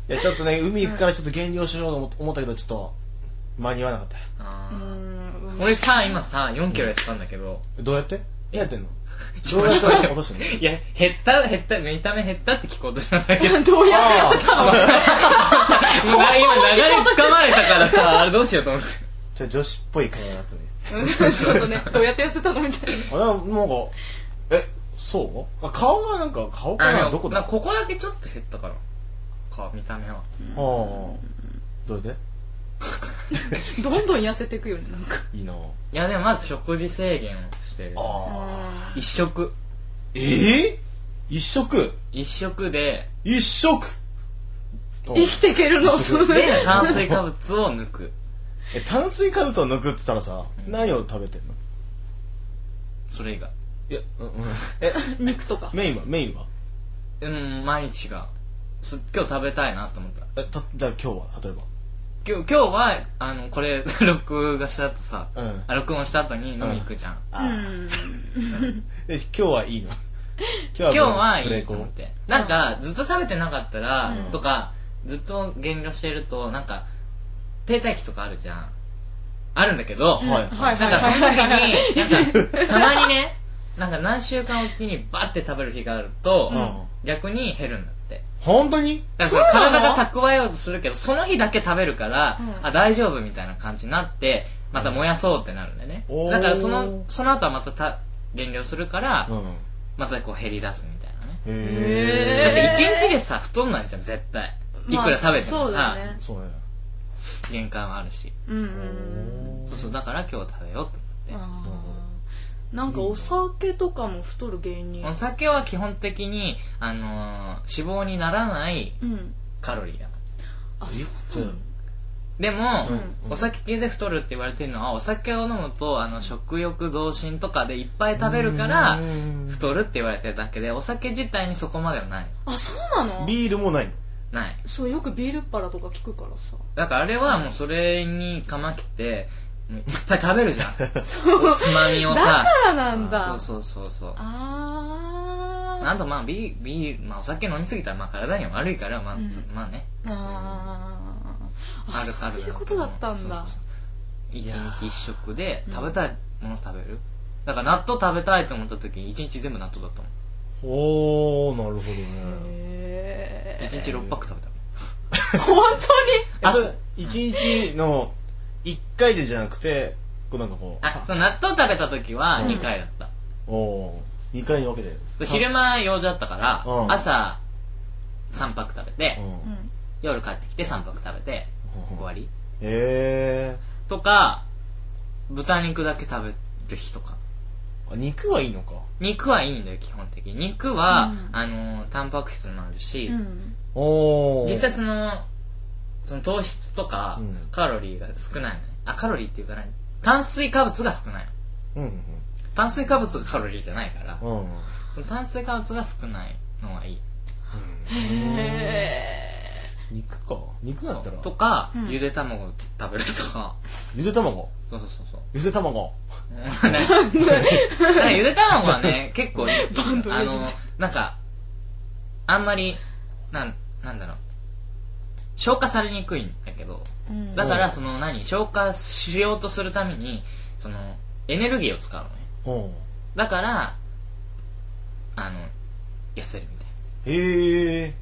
Speaker 3: やちょっとね海行くからちょっと減量しようと思思ったけどちょっと間に合わなかった
Speaker 1: あ
Speaker 2: う
Speaker 1: ー
Speaker 2: ん
Speaker 1: 俺さ、今さ、4キロやってたんだけど、
Speaker 3: どうやってえやってんのどうやって落としてん の
Speaker 1: いや、減った、減った、見た目減ったって聞こうとしたんだけど、
Speaker 2: どうやって痩せたの
Speaker 1: 今流れ掴まれたからさ、あれどうしようと思 って。
Speaker 3: ちょっと女子っぽい体だ ったね
Speaker 2: うんちょっとねどうやって痩せたのみたいな
Speaker 3: あなんかなんかえそうあ顔はなんか顔か
Speaker 1: あ、で
Speaker 3: な
Speaker 1: も
Speaker 3: どこだ
Speaker 1: なここだけちょっと減ったから。か、見た目は。
Speaker 3: ああどれで
Speaker 2: どんどん痩せていくよねなんか
Speaker 3: いいなあ
Speaker 1: いや、でもまず食事制限をしてる。
Speaker 3: あ
Speaker 1: 一食。
Speaker 3: ええ一食
Speaker 1: 一食 で、
Speaker 3: 一食
Speaker 2: 生きていけるのそ
Speaker 3: す
Speaker 2: う
Speaker 3: ご
Speaker 1: で、炭水化物を抜く。
Speaker 3: え炭水化物を抜くって言ったらさ何を食べてんの
Speaker 1: それ以外。
Speaker 3: いやうんうん え
Speaker 2: 肉とか
Speaker 3: メインはメインは
Speaker 1: うん、毎日が。す今日食べたいなと思った。
Speaker 3: えたじゃあ今日は例え
Speaker 1: 今日、今日は、あの、これ、録画した後さ、
Speaker 3: ばうん
Speaker 1: あ録音した後に飲み行くじゃん。
Speaker 2: う
Speaker 3: あ
Speaker 2: ん
Speaker 3: で今日はいい の
Speaker 1: 今
Speaker 3: 今
Speaker 1: 日はい
Speaker 3: ブレ
Speaker 1: い
Speaker 3: イ
Speaker 1: と
Speaker 3: コ
Speaker 1: 思っ
Speaker 3: ン
Speaker 1: て。なんか、ずっと食べてなかったら、
Speaker 2: うん
Speaker 1: とか、ずっと減量してると、なんか、停滞期とかあるじゃん。あるんだけど、
Speaker 3: はい
Speaker 2: はい
Speaker 1: な
Speaker 2: は
Speaker 1: ん
Speaker 2: い
Speaker 1: かその時
Speaker 2: はいはい
Speaker 1: に、なんか、たまにね、なんか何週間おきにバッて食べる日があると、
Speaker 3: うん
Speaker 1: 逆に減るんだって。
Speaker 3: 本当に
Speaker 1: だから
Speaker 2: そうなの
Speaker 1: 体が蓄えようとするけど、その日だけ食べるから、
Speaker 2: うん
Speaker 1: あ、大丈夫みたいな感じになって、また燃やそうってなるんだよね。
Speaker 3: おー
Speaker 1: だからその、その後はまたた減量するから、
Speaker 3: うんへ
Speaker 1: またこう減り出すみたいなね。
Speaker 2: へ
Speaker 1: だ
Speaker 2: ー
Speaker 1: って一日でさ、太んないじゃん、絶対。いくら食べても
Speaker 2: まあ
Speaker 1: さ
Speaker 2: そう、だね
Speaker 3: そうね
Speaker 1: 限界はあるし。
Speaker 2: うんうん
Speaker 1: そうそう、だから今日は食べようって思って。
Speaker 2: あーなんかお酒とかも太る原因
Speaker 1: お酒は基本的に、あのー脂肪にならない
Speaker 2: うん
Speaker 1: カロリーだから。
Speaker 2: あそう
Speaker 3: じゃあ
Speaker 1: でも、
Speaker 3: うん
Speaker 1: お酒系で太るって言われてるのはお酒を飲むとあの食欲増進とかでいっぱい食べるから
Speaker 3: うん
Speaker 1: 太るって言われてるだけでお酒自体にそこまではない
Speaker 2: あそうなの
Speaker 3: ビールもないの
Speaker 1: ない
Speaker 2: そうよくビールっ腹とか聞くからさ
Speaker 1: だからあれはもうそれにかまきてもういっぱい食べるじゃん
Speaker 2: そう
Speaker 1: つまみを
Speaker 2: だ
Speaker 1: さ
Speaker 2: からなんだあ
Speaker 1: そうそうそうそう
Speaker 2: あ
Speaker 1: あとまあビービール、まあ、お酒飲みすぎたらまあ体には悪いからまあ、
Speaker 2: うん
Speaker 1: まあね
Speaker 2: ーあー
Speaker 1: あるあ
Speaker 2: あ
Speaker 1: る
Speaker 2: そういうことだったん
Speaker 1: そう
Speaker 2: だ
Speaker 1: そうそう一日一食で
Speaker 2: うん
Speaker 1: 食べたいもの食べるだから納豆食べたいと思った時に一日全部納豆だったもん
Speaker 3: おーなるほどね
Speaker 2: へ
Speaker 1: 一日6パック食べた
Speaker 2: え本
Speaker 3: えそれ一日の一回でじゃなくてこうなんかこう
Speaker 1: あそう納豆食べた時は
Speaker 2: うん
Speaker 1: 2回だった、
Speaker 3: おー二回に分けて
Speaker 1: そう昼間用事あったから、
Speaker 3: うん
Speaker 1: 朝3パック食べて、
Speaker 3: うん
Speaker 2: 当にうん
Speaker 1: 夜帰ってきて3パック食べて終わり
Speaker 3: へえ
Speaker 1: とか豚肉だけ食べる日とか
Speaker 3: ー、あ肉はいいのか
Speaker 1: 肉はいいんだよ基本的に肉は、
Speaker 2: うん
Speaker 1: あのタンパク質もあるし、
Speaker 2: うん
Speaker 3: おー
Speaker 1: 実際そのその糖質とか
Speaker 3: うん
Speaker 1: カロリーが少ないのね、あカロリーっていうか何炭水化物が少ないの
Speaker 3: うんうん
Speaker 1: 炭水化物がカロリーじゃないから
Speaker 3: うんうん
Speaker 1: 炭水化物が少ないのはいい
Speaker 2: へ
Speaker 3: 肉か肉だったら
Speaker 1: とか、
Speaker 2: うん
Speaker 1: ゆで卵食べると か
Speaker 3: ゆで卵
Speaker 1: そうそうそうそう
Speaker 3: ゆで卵
Speaker 1: うんねだからゆで卵は ね結構
Speaker 2: バンド
Speaker 1: あ
Speaker 2: レジ
Speaker 1: のなんかあんまりなんなんだろう消化されにくいんだけど
Speaker 2: えうん
Speaker 1: だからその何消化しようとするためにそのエネルギーを使うのね
Speaker 3: うん
Speaker 1: だからあの痩せるみたい
Speaker 3: へえ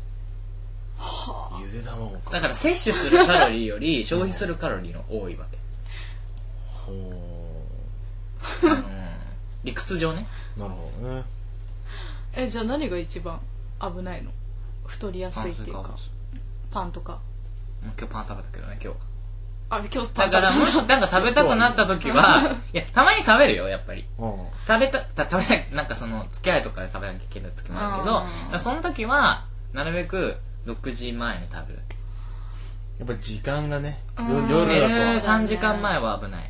Speaker 3: はあゆで卵
Speaker 1: な
Speaker 3: か
Speaker 1: だから摂取するカロリーより消費するカロリーの多いわけ
Speaker 3: ほう
Speaker 1: あの理屈上ね
Speaker 3: なるほどね
Speaker 2: えじゃあ何が一番危ないの太りやすいっていう
Speaker 1: 炭
Speaker 2: か
Speaker 1: 水
Speaker 2: パンとか
Speaker 1: もう今日パン食べたけどね今日
Speaker 2: あ今日パ
Speaker 1: だ
Speaker 2: ン
Speaker 1: からも
Speaker 2: 食
Speaker 1: しなんか食べたくなった時 はいやたまに食べるよやっぱり
Speaker 3: うん
Speaker 1: 食べたた食べたなんかその付き合いとかで食べなきゃいけない時もあるけど
Speaker 2: あ
Speaker 1: だ
Speaker 2: ー
Speaker 1: からその時はなるべく6時前に食べる
Speaker 3: やっぱり時間がね
Speaker 2: うん
Speaker 3: よ
Speaker 1: 寝
Speaker 3: 夜
Speaker 1: る
Speaker 3: だ
Speaker 2: ね
Speaker 3: と
Speaker 1: 3時間前は危ない、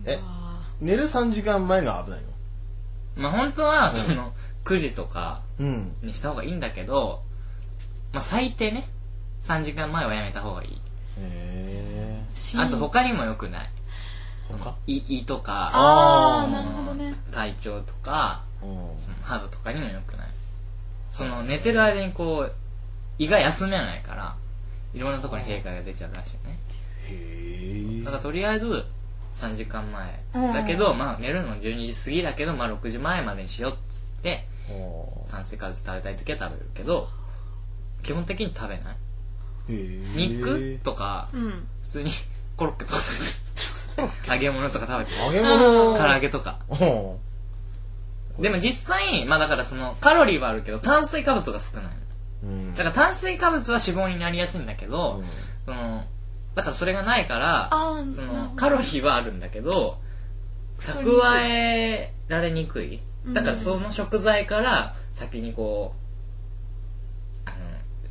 Speaker 2: べ
Speaker 3: え寝る3時間前が危ないの
Speaker 1: うん、まあ本当はその9時とか
Speaker 3: うん
Speaker 1: にした方がいいんだけど、まあ、最低ね3時間前はやめた方がいい
Speaker 3: へえ
Speaker 1: あと他にも良くない
Speaker 3: 他
Speaker 1: 胃胃とか
Speaker 2: あ
Speaker 3: あ
Speaker 2: あ
Speaker 3: ー
Speaker 2: なるほどね
Speaker 1: 体調とか
Speaker 3: うん
Speaker 1: その肌とかにも良くないその寝てる間にこう胃が休めないからいろんなところに弊害が出ちゃうらしいよね
Speaker 3: へえ
Speaker 1: だからとりあえず3時間前
Speaker 2: うん
Speaker 1: だけど、まあ寝るの12時過ぎだけど、まあ、6時前までにしようっつって炭水化物食べたい時は食べるけど基本的に食べない肉とか
Speaker 2: うん
Speaker 1: 普通に コロッケとか食べる揚げ物とか食べて
Speaker 3: 揚げ物
Speaker 1: 唐揚げとか
Speaker 3: うん
Speaker 1: でも実際まあだからそのカロリーはあるけど炭水化物が少ないの
Speaker 3: うん
Speaker 1: だから炭水化物は脂肪になりやすいんだけど、
Speaker 3: うん
Speaker 1: そのだからそれがないから
Speaker 2: あー
Speaker 1: そ
Speaker 2: なるほ
Speaker 1: の
Speaker 2: ど
Speaker 1: カロリーはあるんだけど
Speaker 2: 太りに
Speaker 1: 蓄
Speaker 2: くい
Speaker 1: えられにくい
Speaker 2: うん
Speaker 1: だからその食材から先にこうあの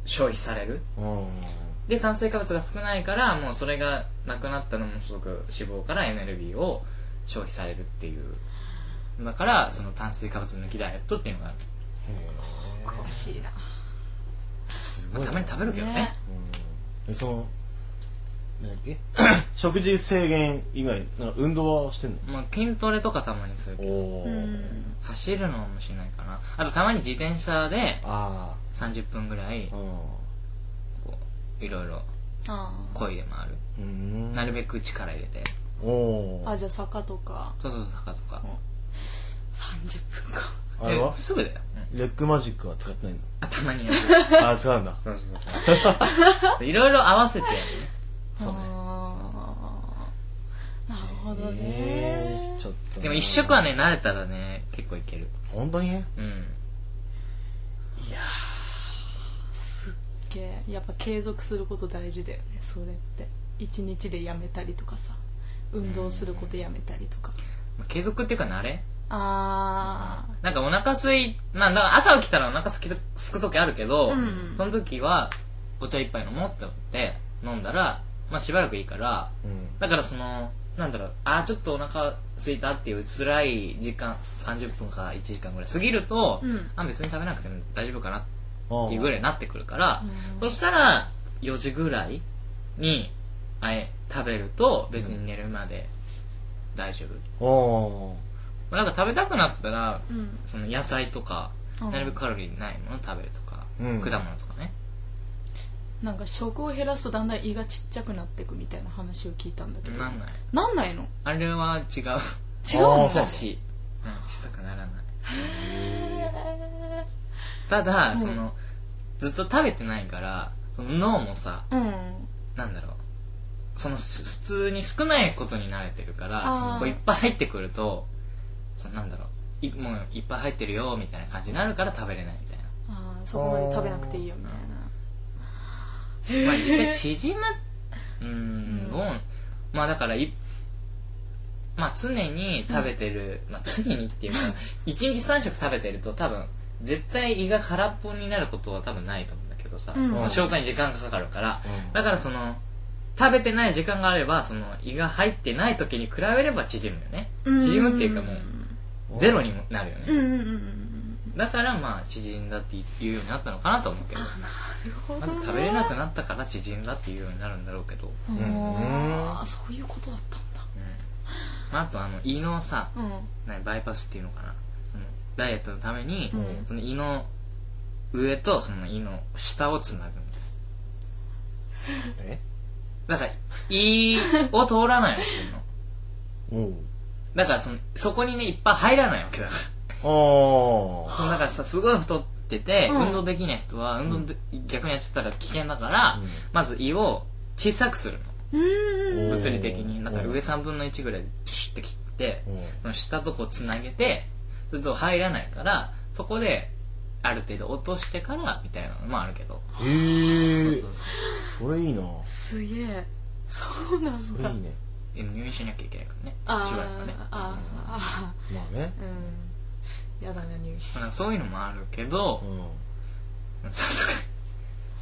Speaker 1: 消費される
Speaker 3: うん
Speaker 1: で炭水化物が少ないからもうそれがなくなったらものすごく脂肪からエネルギーを消費されるっていうだからその炭水化物抜きダイエットっていうのが
Speaker 2: 詳しいな
Speaker 3: す
Speaker 1: まあ
Speaker 3: ごい
Speaker 1: たまに食べるけどね
Speaker 2: ね
Speaker 3: えそのなんだっけ 食事制限以外なんか運動はしてんの
Speaker 1: まあ、筋トレとかたまにするけど
Speaker 3: お
Speaker 2: う
Speaker 3: ー
Speaker 2: ん
Speaker 1: 走るのもしないかなあとたまに自転車で
Speaker 3: あ
Speaker 1: 30分ぐらい
Speaker 3: あう
Speaker 1: こういろいろ
Speaker 2: あ
Speaker 1: 漕いで回る
Speaker 3: ん
Speaker 1: なるべく力入れて
Speaker 3: おお
Speaker 2: ーあじゃあ坂とか
Speaker 1: そうそうそう坂とか
Speaker 2: 30分か
Speaker 3: あれは
Speaker 1: えすぐだよ、うん
Speaker 3: レッグマジックは使ってな いの
Speaker 1: 頭にやる
Speaker 3: あー使うんだ
Speaker 1: そうそうそういろいろ合わせてやるね
Speaker 3: そうね
Speaker 2: あーなるほど
Speaker 3: え
Speaker 2: ね
Speaker 3: ーちょっと
Speaker 1: でも一食はね慣れたらね結構いける
Speaker 3: 本当にね
Speaker 1: うん
Speaker 2: けやっぱ継続すること大事だよねそれって一日でやめたりとかさ運動することやめたりとか
Speaker 1: まあ継続っていうか慣れ
Speaker 2: ああ
Speaker 1: なんかお腹すいまあだから朝起きたらお腹すきすく時あるけど、
Speaker 2: うん
Speaker 1: その時はお茶一杯飲もうって思って飲んだら、まあ、しばらくいいから
Speaker 3: うん
Speaker 1: だからそのなんだろうあーちょっとお腹空いたっていう辛い時間30分か1時間ぐらい過ぎると、
Speaker 2: うん
Speaker 1: あ別に食べなくても大丈夫かな
Speaker 3: ああ
Speaker 1: っていうぐらいになってくるから、
Speaker 2: うん
Speaker 1: そしたら4時ぐらいにあえ食べると別に寝るまで大丈夫、
Speaker 3: おー
Speaker 1: まあなんか食べたくなったら
Speaker 2: うん
Speaker 1: その野菜とか
Speaker 2: うん
Speaker 1: なるべくカロリーないもの食べるとか、
Speaker 3: うん
Speaker 1: 果物とかね
Speaker 2: なんか食を減らすとだんだん胃がちっちゃくなってくみたいな話を聞いたんだけど
Speaker 1: なんない
Speaker 2: なんないの
Speaker 1: あれは 違う
Speaker 2: 違うの
Speaker 3: あーそう
Speaker 1: だし、うん、小さくならないただ、
Speaker 2: うん
Speaker 1: そのずっと食べてないからその脳もさ
Speaker 2: うん
Speaker 1: なんだろうそのす普通に少ないことに慣れてるか
Speaker 2: あ
Speaker 1: ら
Speaker 2: ー
Speaker 1: こういっぱい入ってくるとそのなんだろういもういっぱい入ってるよみたいな感じになるから食べれないみたいな
Speaker 2: あーそこまで食べなくていいよみたいな
Speaker 1: まあ実際縮むうーんどうまあだからいまあ常に食べてる、まあ常にっていう か一日3食食べてると多分絶対胃が空っぽになることは多分ないと思うんだけどさ、
Speaker 2: うん
Speaker 1: その消化に時間がかかるから、
Speaker 3: うん
Speaker 1: だからその食べてない時間があればその胃が入ってない時に比べれば縮むよね縮むっていうかもうゼロにもなるよね、
Speaker 2: うんうんうんうん
Speaker 1: だからまあ縮んだって言うようになったのかなと思うけど
Speaker 2: なるほど
Speaker 1: まず食べれなくなったから縮んだっていうようになるんだろうけど
Speaker 3: ん
Speaker 2: ああそういうことだったんだ
Speaker 1: まあ、あとあの胃のさ
Speaker 2: うん
Speaker 1: 何バイパスっていうのかなそのダイエットのために、
Speaker 2: うん
Speaker 1: その胃の上とその胃の下をつなぐみたい
Speaker 3: え
Speaker 1: なだから胃を通らないようにするの
Speaker 3: おう
Speaker 1: だからそのそこにねいっぱい入らないわけだか
Speaker 3: あ
Speaker 1: ら
Speaker 3: あ
Speaker 1: そのだからさすごい太ってて、
Speaker 2: うん
Speaker 1: 運動できない人は運動で、逆にやっちゃったら危険だから、
Speaker 3: うん
Speaker 1: まず胃を小さくする
Speaker 2: うん
Speaker 1: の
Speaker 3: おー
Speaker 1: 物理的にだから
Speaker 3: うん
Speaker 1: 上3分の1ぐらいでシュッて切って、
Speaker 3: うん
Speaker 1: その下とこうつなげてそれと入らないからそこである程度落としてからみたいなのもあるけど
Speaker 3: へ
Speaker 1: そう
Speaker 3: え
Speaker 1: そうそう
Speaker 3: それいいな
Speaker 2: すげえそうな
Speaker 3: そ
Speaker 2: ん
Speaker 3: れ
Speaker 2: だ
Speaker 3: いいね
Speaker 1: でも入院しなきゃいけないからねしばらくはね
Speaker 2: あーあ
Speaker 3: まあね
Speaker 2: ーうんやだな入院
Speaker 1: まあなんかそういうのもあるけど
Speaker 3: うん
Speaker 1: さすがに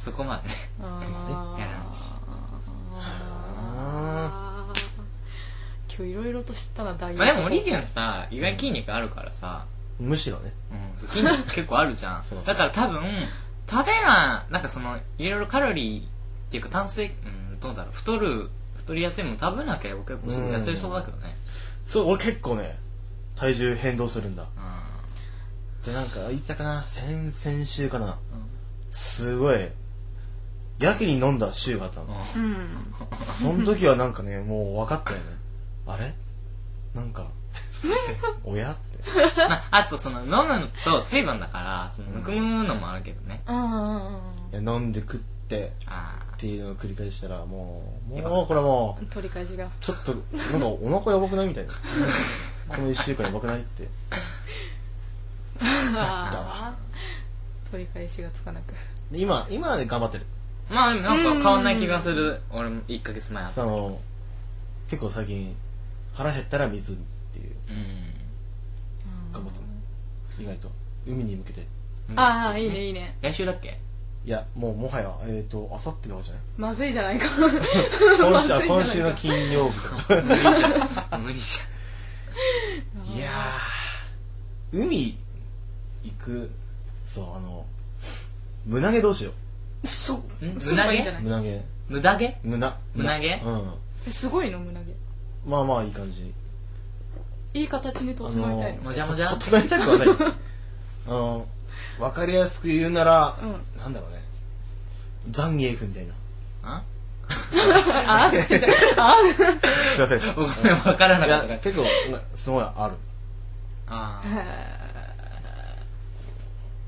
Speaker 1: そこまでね
Speaker 2: あー
Speaker 1: やらないし
Speaker 2: あー今日いろいろと知ったら大
Speaker 1: まあでもオリジンさ意外に筋肉あるからさ、
Speaker 3: むしろね
Speaker 1: うん、そう筋肉結構あるじゃん
Speaker 3: そうそう
Speaker 1: だから多分食べななんかそのいろいろカロリーっていうか炭水うんどうだろう太る太りやすいもの食べなければ結構すぐ痩せれそうだけどね
Speaker 3: そう俺結構ね体重変動するんだ
Speaker 1: うん
Speaker 3: でなんか言ったかな先々週かなすごいやけに飲んだ週があったの
Speaker 1: う
Speaker 2: うん
Speaker 3: その時はなんかねもう分かったよねあれなんか親って
Speaker 1: んまあ、あとその飲むのと水分だからそのむくむのもあるけどね、
Speaker 2: うんうんうん
Speaker 3: いや飲んで食って
Speaker 1: ああ
Speaker 3: っていうのを繰り返したらもうもうこれも
Speaker 2: う
Speaker 3: うん
Speaker 2: 取り返しが
Speaker 3: ちょっとなんかお腹やばくないみた いなこの1週間やばくないってわ
Speaker 2: 取り返しがつかなく
Speaker 3: で今今はね頑張ってる
Speaker 1: まあでもなんか変わんない気がする俺も1ヶ月前あった
Speaker 3: その結構最近腹減ったら水っていう
Speaker 1: うん
Speaker 3: 頑張ってる意外と海に向けて
Speaker 2: ああいいねいいね
Speaker 1: 来週だっけ
Speaker 3: いやもうもはやえっ、ー、とあさってとかじゃない
Speaker 2: まずいじゃないか
Speaker 3: 今
Speaker 2: まず
Speaker 3: 週
Speaker 2: い
Speaker 3: は
Speaker 2: じゃないか
Speaker 3: 今週の金曜日とか
Speaker 1: 無理じゃん無理じ
Speaker 3: いやー海行くそうあの胸毛どうしよ
Speaker 2: そ
Speaker 1: ん
Speaker 2: すればいいんじゃ
Speaker 3: う
Speaker 2: ない
Speaker 3: 胸毛
Speaker 1: ゃん無駄毛
Speaker 3: 胸
Speaker 1: 胸毛
Speaker 3: うん
Speaker 2: えすごいの胸毛
Speaker 3: まあまあいい感じ
Speaker 2: いい形に整えたいの
Speaker 1: もじゃもじゃ
Speaker 3: と整えたく はないですあの分かりやすく言うなら、
Speaker 2: う
Speaker 3: なんだろうね残影君みたいな
Speaker 1: あ
Speaker 2: ああ
Speaker 3: すいませんでし
Speaker 1: ごめん分から
Speaker 3: た
Speaker 1: ないかった
Speaker 3: や
Speaker 1: から
Speaker 3: 結構すごいある
Speaker 1: あー
Speaker 2: あ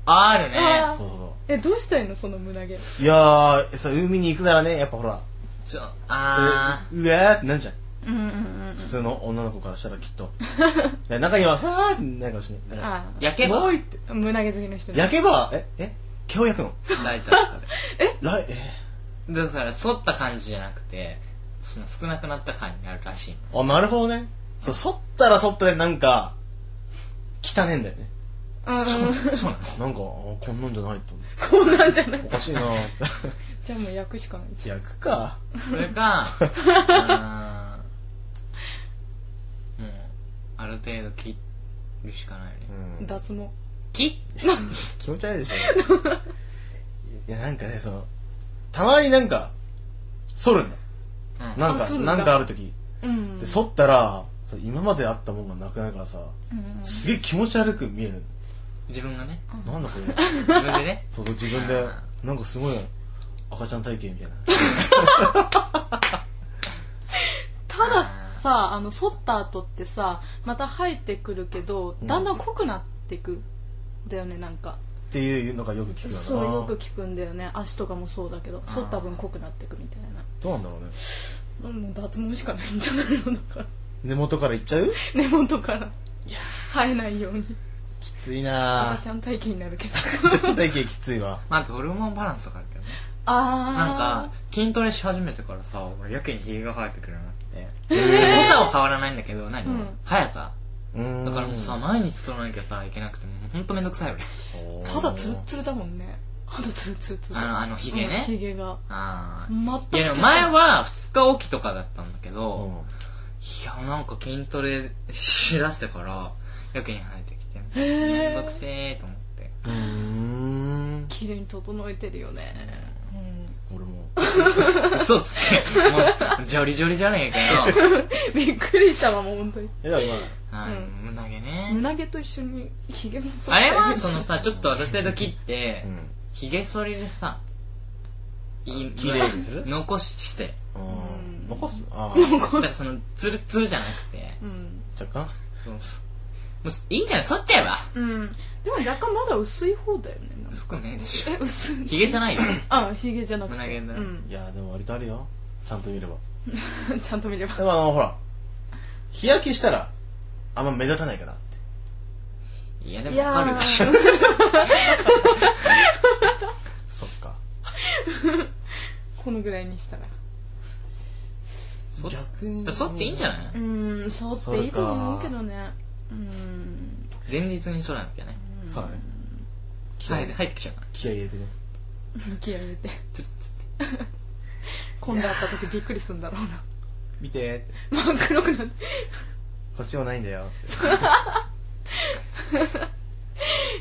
Speaker 1: あるね
Speaker 2: あ
Speaker 3: そうそうそ
Speaker 2: えどうしたいのその胸毛
Speaker 3: ういやーそう海に行くならねやっぱほら
Speaker 1: ちょ
Speaker 3: そ
Speaker 1: あ
Speaker 3: れうわーってなんじゃん
Speaker 2: うんうんうん
Speaker 3: 普通の女の子からしたらきっ といや中にははーってないかもしれない
Speaker 2: あ
Speaker 1: ー焼け
Speaker 3: す
Speaker 1: ば
Speaker 3: ごいって
Speaker 2: あ胸毛好きの人ね
Speaker 3: 焼けばええ毛を焼くの
Speaker 1: 大体わか
Speaker 3: 来え
Speaker 1: るだから反った感じじゃなくてその少なくなった感になるらしい
Speaker 3: ーあなるほどねそう剃ったら剃ったでなんか汚ねえんだよね
Speaker 2: うん
Speaker 1: そうなの
Speaker 3: なんかあこんなんじゃないと思
Speaker 2: こうなんじゃないう
Speaker 3: おかしいなーって
Speaker 2: じゃあもう焼くしかない
Speaker 3: 焼くか
Speaker 1: それかあーもうある程度切るしかないね
Speaker 3: うん
Speaker 2: 脱毛
Speaker 1: 切
Speaker 3: 気持ち悪いでしょ いやなんかねそのたまになんか剃るんだ
Speaker 1: うん
Speaker 3: なん
Speaker 2: あ
Speaker 3: か
Speaker 2: 剃るんだ
Speaker 3: なんかある時
Speaker 2: うん
Speaker 3: で剃ったらそう今まであったものがなくなるからさ
Speaker 2: うんうん
Speaker 3: すげえ気持ち悪く見える
Speaker 1: 自分がね
Speaker 3: のなんだこれ
Speaker 1: 自分でね
Speaker 3: そうそう自分でなんかすごい赤ちゃん体型みたいな
Speaker 2: たださあの剃った後ってさまた生えてくるけど
Speaker 3: うん
Speaker 2: だんだん濃くなってくんだよねなんか
Speaker 3: っていうのがよく聞くよな
Speaker 2: そうよく聞くんだよね足とかもそうだけど
Speaker 1: ー
Speaker 2: 剃った分濃くなってくみたい
Speaker 3: どうなんだろうね
Speaker 2: なもう脱毛しかないんじゃないのだから
Speaker 3: 根元からいっちゃう
Speaker 2: 根元から生えないように
Speaker 3: きついな
Speaker 2: 赤
Speaker 3: ぁ
Speaker 2: ちゃん体型になるけど
Speaker 3: 体型きついわ
Speaker 1: まああとホルモンバランスと かあるけどね
Speaker 2: ああ
Speaker 1: なんか筋トレし始めてからさ俺やけにひげが生えてくるようになって
Speaker 3: へ
Speaker 1: 誤差は変わらないんだけど何、
Speaker 2: うん
Speaker 1: 速さ
Speaker 3: ー
Speaker 1: だからもうさ毎日剃らなきゃさいけなくてもうほんとめんどくさいよね
Speaker 3: おー
Speaker 2: 肌ツルッツルだもんね肌ツルツルツル
Speaker 1: あのあのひげね
Speaker 2: ひげが
Speaker 1: ああ
Speaker 2: 全く
Speaker 1: いやでも前は2日おきとかだったんだけど、
Speaker 3: うん
Speaker 1: いや、なんか筋トレしだしてから、やけに生えてきて、
Speaker 2: へー
Speaker 1: めんどくせえと思って。
Speaker 3: うーん
Speaker 2: 綺麗に整えてるよねうん
Speaker 3: 俺も
Speaker 1: 嘘つけ。もう、ジョリジョリじゃねえかよ。
Speaker 2: びっくりしたわもう本当に
Speaker 3: えだから今
Speaker 1: はい、
Speaker 2: うん
Speaker 1: 胸毛ね。
Speaker 2: 胸毛と一緒にひげも剃
Speaker 1: あれは、
Speaker 2: そ
Speaker 1: そのさ、ちょっとある程度切って、
Speaker 3: うん
Speaker 1: ひげ剃りでさ、い
Speaker 3: 綺麗にする
Speaker 1: 残して。
Speaker 3: うん残すあ
Speaker 1: だ
Speaker 3: あ
Speaker 1: からその、ツルッツルじゃなくて、
Speaker 2: うん、
Speaker 3: 若干
Speaker 1: そのそもういいんじゃない剃っちゃえば。
Speaker 2: うん、でも若干まだ薄い方だよねなんか
Speaker 1: 薄くねえでしょ。
Speaker 2: え薄い
Speaker 1: ひげじゃないよ。
Speaker 2: あひげじゃなくて
Speaker 1: 胸毛だ
Speaker 2: うん
Speaker 3: い、やでも割とあるよちゃんと見れば
Speaker 2: ちゃんと見れば
Speaker 3: でもあのほら日焼けしたらあんま目立たないかなって
Speaker 1: いや、で
Speaker 2: い
Speaker 1: も
Speaker 2: や
Speaker 1: わかるでしょ。
Speaker 2: ー
Speaker 3: そっか
Speaker 2: このぐらいにしたら
Speaker 1: 剃っ
Speaker 3: 逆に
Speaker 1: 剃っていいんじゃない
Speaker 2: うん剃っていいと思うけどねうん
Speaker 1: 前日に剃らなきゃね。
Speaker 3: そうだね気合
Speaker 1: はいい、入ってきちゃうから。
Speaker 3: 気合い入れてね
Speaker 2: 気合い入れて
Speaker 1: つるっつって。
Speaker 2: 今度会った時びっくりするんだろうな
Speaker 3: 見てって
Speaker 2: 真っ黒くなって
Speaker 3: こっちもないんだよ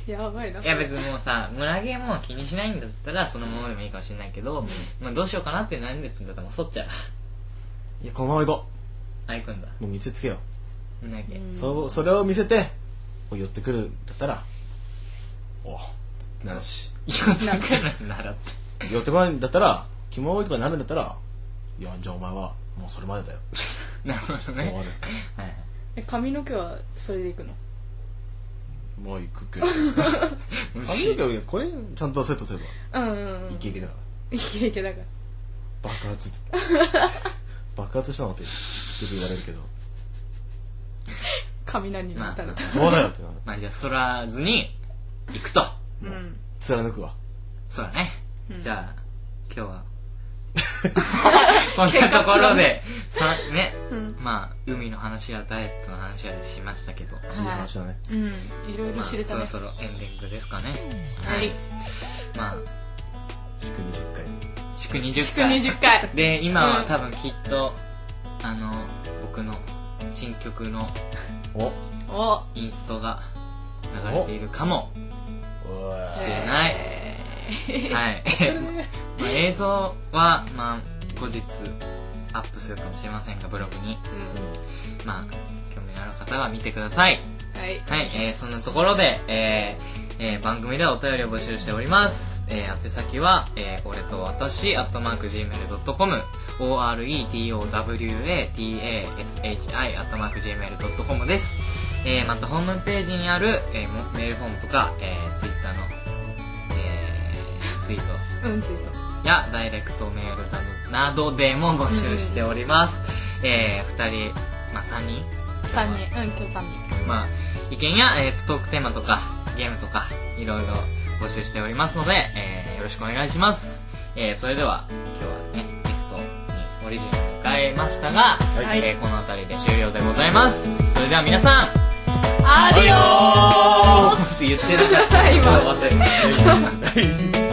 Speaker 3: って
Speaker 2: やばいない
Speaker 1: や別にもうさ、胸毛も気にしないんだったらそのままでもいいかもしれないけど、まあどうしようかなって悩んでるんだったらもう剃っちゃう。
Speaker 3: いやこのまま行こ
Speaker 1: あ、行くんだ。
Speaker 3: うもう見せつけよ
Speaker 1: 胸毛。
Speaker 2: うん
Speaker 3: そうそれを見せてこう寄ってくるんだったらおうってなるし
Speaker 1: 四つくらい習って。
Speaker 3: 寄ってこないんだったらキモいとかになるんだったらいやじゃあお前はもうそれまでだよ
Speaker 1: なるほどね。
Speaker 3: 終
Speaker 1: は
Speaker 3: わ
Speaker 1: い
Speaker 3: る
Speaker 1: はい。
Speaker 2: え髪の毛はそれでいくの
Speaker 3: もう行くけど
Speaker 1: う
Speaker 3: 髪
Speaker 1: ち
Speaker 3: の毛はこれちゃんとセットすれば
Speaker 2: うんうんうん
Speaker 3: イケイケだから
Speaker 2: イケイケだから
Speaker 3: 爆発 爆発したのってよく言われるけど
Speaker 2: 雷に
Speaker 1: ま
Speaker 2: 当
Speaker 1: あ
Speaker 2: たると、
Speaker 3: そうだよってな
Speaker 1: まあじゃあ剃らずに、行くと。
Speaker 2: う
Speaker 3: まあ
Speaker 2: ん
Speaker 3: 貫くわ
Speaker 1: そうだね。
Speaker 2: うん
Speaker 1: じゃあ、今 日は。こんなところで、さ、ね、
Speaker 2: うん
Speaker 1: まあ、海の話やダイエットの話やしましたけど、
Speaker 3: いい話だね
Speaker 2: うんいろいろ
Speaker 1: まあ
Speaker 2: 知れたね、
Speaker 1: そろそろエンディングですかね。
Speaker 2: はい。
Speaker 1: まあ、
Speaker 3: 祝20回
Speaker 1: 祝20回。
Speaker 2: 祝20回
Speaker 1: で、今は
Speaker 2: うん
Speaker 1: 多分きっと、あの、僕の新曲の
Speaker 3: お
Speaker 2: お
Speaker 1: インストが流れているかも
Speaker 3: おい
Speaker 1: しれない。 はい。まあ映像は、まあ、後日アップするかもしれませんが、ブログに、
Speaker 3: う
Speaker 1: まあ、興味のある方は見てください。
Speaker 2: はい
Speaker 1: はい、えー、そんなところで、えーえー番組ではお便りを募集しております。えー、宛先は、えー、俺と私、アットマーク Gmail.com、oretowatashi、アットマーク Gmail.com です。えー、またホームページにある、えー、もメールフォームとか、えー、ツイッターの、えー、ツイート、
Speaker 2: うんついと
Speaker 1: やダイレクトメールなどなどでも募集しております。えー、二人、まあ、三人
Speaker 2: 3人うん今日3人
Speaker 1: まあ、意見や、えートークテーマとか、ゲームとか、いろいろ募集しておりますので、えーよろしくお願いします。えーそれでは、今日はね、ゲストにオリジンを迎えましたが、
Speaker 2: はい
Speaker 1: えーこの辺りで終了でございます。それでは皆さん、
Speaker 2: アディオース
Speaker 3: んおーす
Speaker 1: って言ってなかった今忘れてた
Speaker 3: 大事